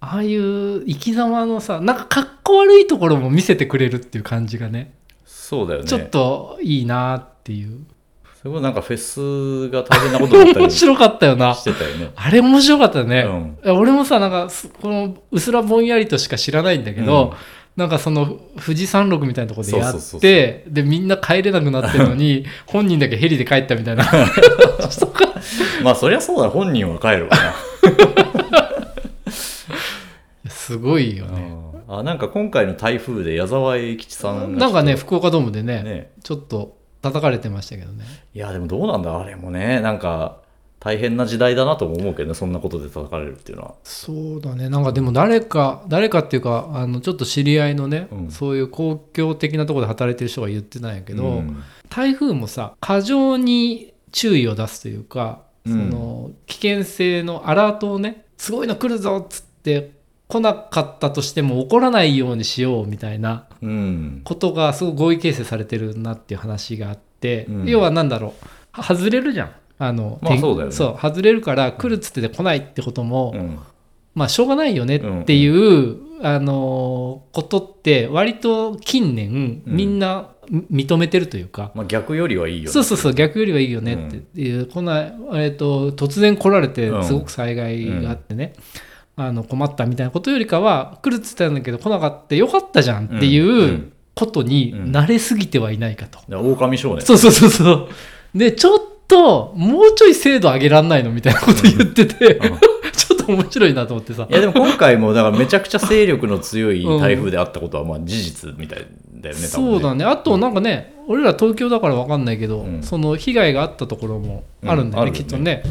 [SPEAKER 1] あいう生き様のさなんかかっこ悪いところも見せてくれるっていう感じがね
[SPEAKER 2] そうだよね
[SPEAKER 1] ちょっといいなっていう、
[SPEAKER 2] すごいなんかフェスが大変なことだった
[SPEAKER 1] 面
[SPEAKER 2] りし
[SPEAKER 1] 白かったよな
[SPEAKER 2] てたよね
[SPEAKER 1] あれ面白かった
[SPEAKER 2] う
[SPEAKER 1] ね、
[SPEAKER 2] ん
[SPEAKER 1] いや俺もさなんかすこのうすらぼんやりとしか知らないんだけど、なんかその富士山麓みたいなところでやって
[SPEAKER 2] そうそうそうそ
[SPEAKER 1] でみんな帰れなくなってるの に本人だけヘリで帰ったみたいな人が
[SPEAKER 2] まあそりゃそうだろ本人は帰るわな
[SPEAKER 1] すごいよね
[SPEAKER 2] うんあなんか今回の台風で矢沢永吉さんが
[SPEAKER 1] なんかね福岡ドームでね
[SPEAKER 2] ね
[SPEAKER 1] ちょっと叩かれてましたけどね
[SPEAKER 2] いやでもどうなんだあれもねなんか大変な時代だなとも思うけどねそんなことで叩かれるっていうのは
[SPEAKER 1] そうだねなんかでも誰か誰かっていうかあのちょっと知り合いのね、
[SPEAKER 2] うん
[SPEAKER 1] そういう公共的なところで働いてる人が言ってたんやけど、
[SPEAKER 2] うん
[SPEAKER 1] 台風もさ過剰に注意を出すというか、
[SPEAKER 2] うん
[SPEAKER 1] その危険性のアラートをねすごいの来るぞっつって来なかったとしても怒らないようにしようみたいな
[SPEAKER 2] うん
[SPEAKER 1] ことがすごい合意形成されてるなっていう話があって、
[SPEAKER 2] うん
[SPEAKER 1] 要は何だろうは外れるじゃん。あの
[SPEAKER 2] まあ
[SPEAKER 1] 天
[SPEAKER 2] そうだよね
[SPEAKER 1] そう外れるから来るっつってて来ないってことも、
[SPEAKER 2] うん
[SPEAKER 1] まあしょうがないよねっていう、あのーことって割と近年
[SPEAKER 2] うん
[SPEAKER 1] みんな認めてるというか、
[SPEAKER 2] まあ、逆よりはいいよね
[SPEAKER 1] そうそうそう逆よりはいいよねっていう、こんな、えー、と突然来られて
[SPEAKER 2] うん
[SPEAKER 1] すごく災害があってね、あの困ったみたいなことよりかは来るっつったんだけど来なかったよかったじゃんってい
[SPEAKER 2] んう
[SPEAKER 1] ううんことに
[SPEAKER 2] うん
[SPEAKER 1] 慣れすぎてはいないかと、
[SPEAKER 2] だから狼少年
[SPEAKER 1] そうそうそうそうでちょっともうちょい精度上げらんないのみたいなこと言ってて、
[SPEAKER 2] うん
[SPEAKER 1] ちょっと面白いなと思ってさ
[SPEAKER 2] いやでも今回もだからめちゃくちゃ勢力の強い台風であったことはまあ事実みたいだよね多分
[SPEAKER 1] そうだねあとなんかね、俺ら東京だから分かんないけど、
[SPEAKER 2] うん
[SPEAKER 1] その被害があったところもあるんだよね、
[SPEAKER 2] うんあるよね
[SPEAKER 1] きっとね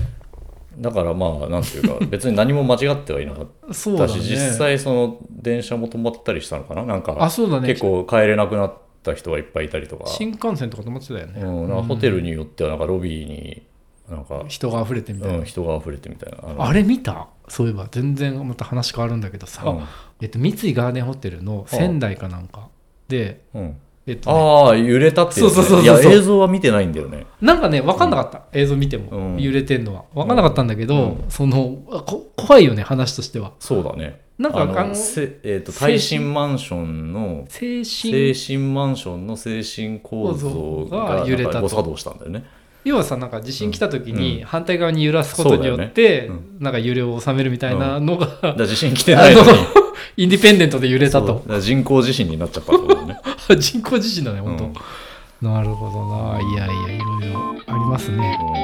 [SPEAKER 2] だからまあなんてい うか別に何も間違ってはいなかっ
[SPEAKER 1] そうだ
[SPEAKER 2] た
[SPEAKER 1] ね
[SPEAKER 2] し、実際その電車も止まったりしたのかななんか
[SPEAKER 1] あそうだね
[SPEAKER 2] 結構帰れなくなった人がいっぱいいたりとか,、
[SPEAKER 1] 新幹線とか止まってたよ
[SPEAKER 2] う
[SPEAKER 1] ね、
[SPEAKER 2] ん、なんかホテルによってはなんかロビーになんか、
[SPEAKER 1] 人が溢れてみたいな、
[SPEAKER 2] うん、人が溢れてみたいなあの
[SPEAKER 1] あれ見たそういえば全然また話変わるんだけどさ、
[SPEAKER 2] うん
[SPEAKER 1] えっと、三井ガーデンホテルの仙台かなんかで、
[SPEAKER 2] うん
[SPEAKER 1] えっとね
[SPEAKER 2] ああ揺れたってやつね
[SPEAKER 1] そうそうそうそうそう
[SPEAKER 2] いや映像は見てないんだよね
[SPEAKER 1] なんかね分かんなかった、映像見ても、
[SPEAKER 2] うん
[SPEAKER 1] 揺れてんのは分かんなかったんだけど、
[SPEAKER 2] う
[SPEAKER 1] そのあこ怖いよね話としては
[SPEAKER 2] そうだね
[SPEAKER 1] なんか
[SPEAKER 2] あの
[SPEAKER 1] あの
[SPEAKER 2] せえー、と
[SPEAKER 1] 精神
[SPEAKER 2] 耐震マンションの
[SPEAKER 1] 精神
[SPEAKER 2] 精神マンションの精神構造
[SPEAKER 1] 構造
[SPEAKER 2] が
[SPEAKER 1] が揺れたと
[SPEAKER 2] なんか誤作動したんだよね。
[SPEAKER 1] 要はさなんか地震来た時
[SPEAKER 2] う
[SPEAKER 1] に
[SPEAKER 2] ん
[SPEAKER 1] 反対側に揺らすことによって、
[SPEAKER 2] そうだよね
[SPEAKER 1] なんか揺れを収めるみたいなのが、
[SPEAKER 2] だから地震来てないのに
[SPEAKER 1] あの インディペンデントで揺れた
[SPEAKER 2] そうだ
[SPEAKER 1] と
[SPEAKER 2] から人工地震になっちゃったんだよね。
[SPEAKER 1] 人工地震だね本当、
[SPEAKER 2] うん
[SPEAKER 1] なるほどないやいやいろいろありますね
[SPEAKER 2] うん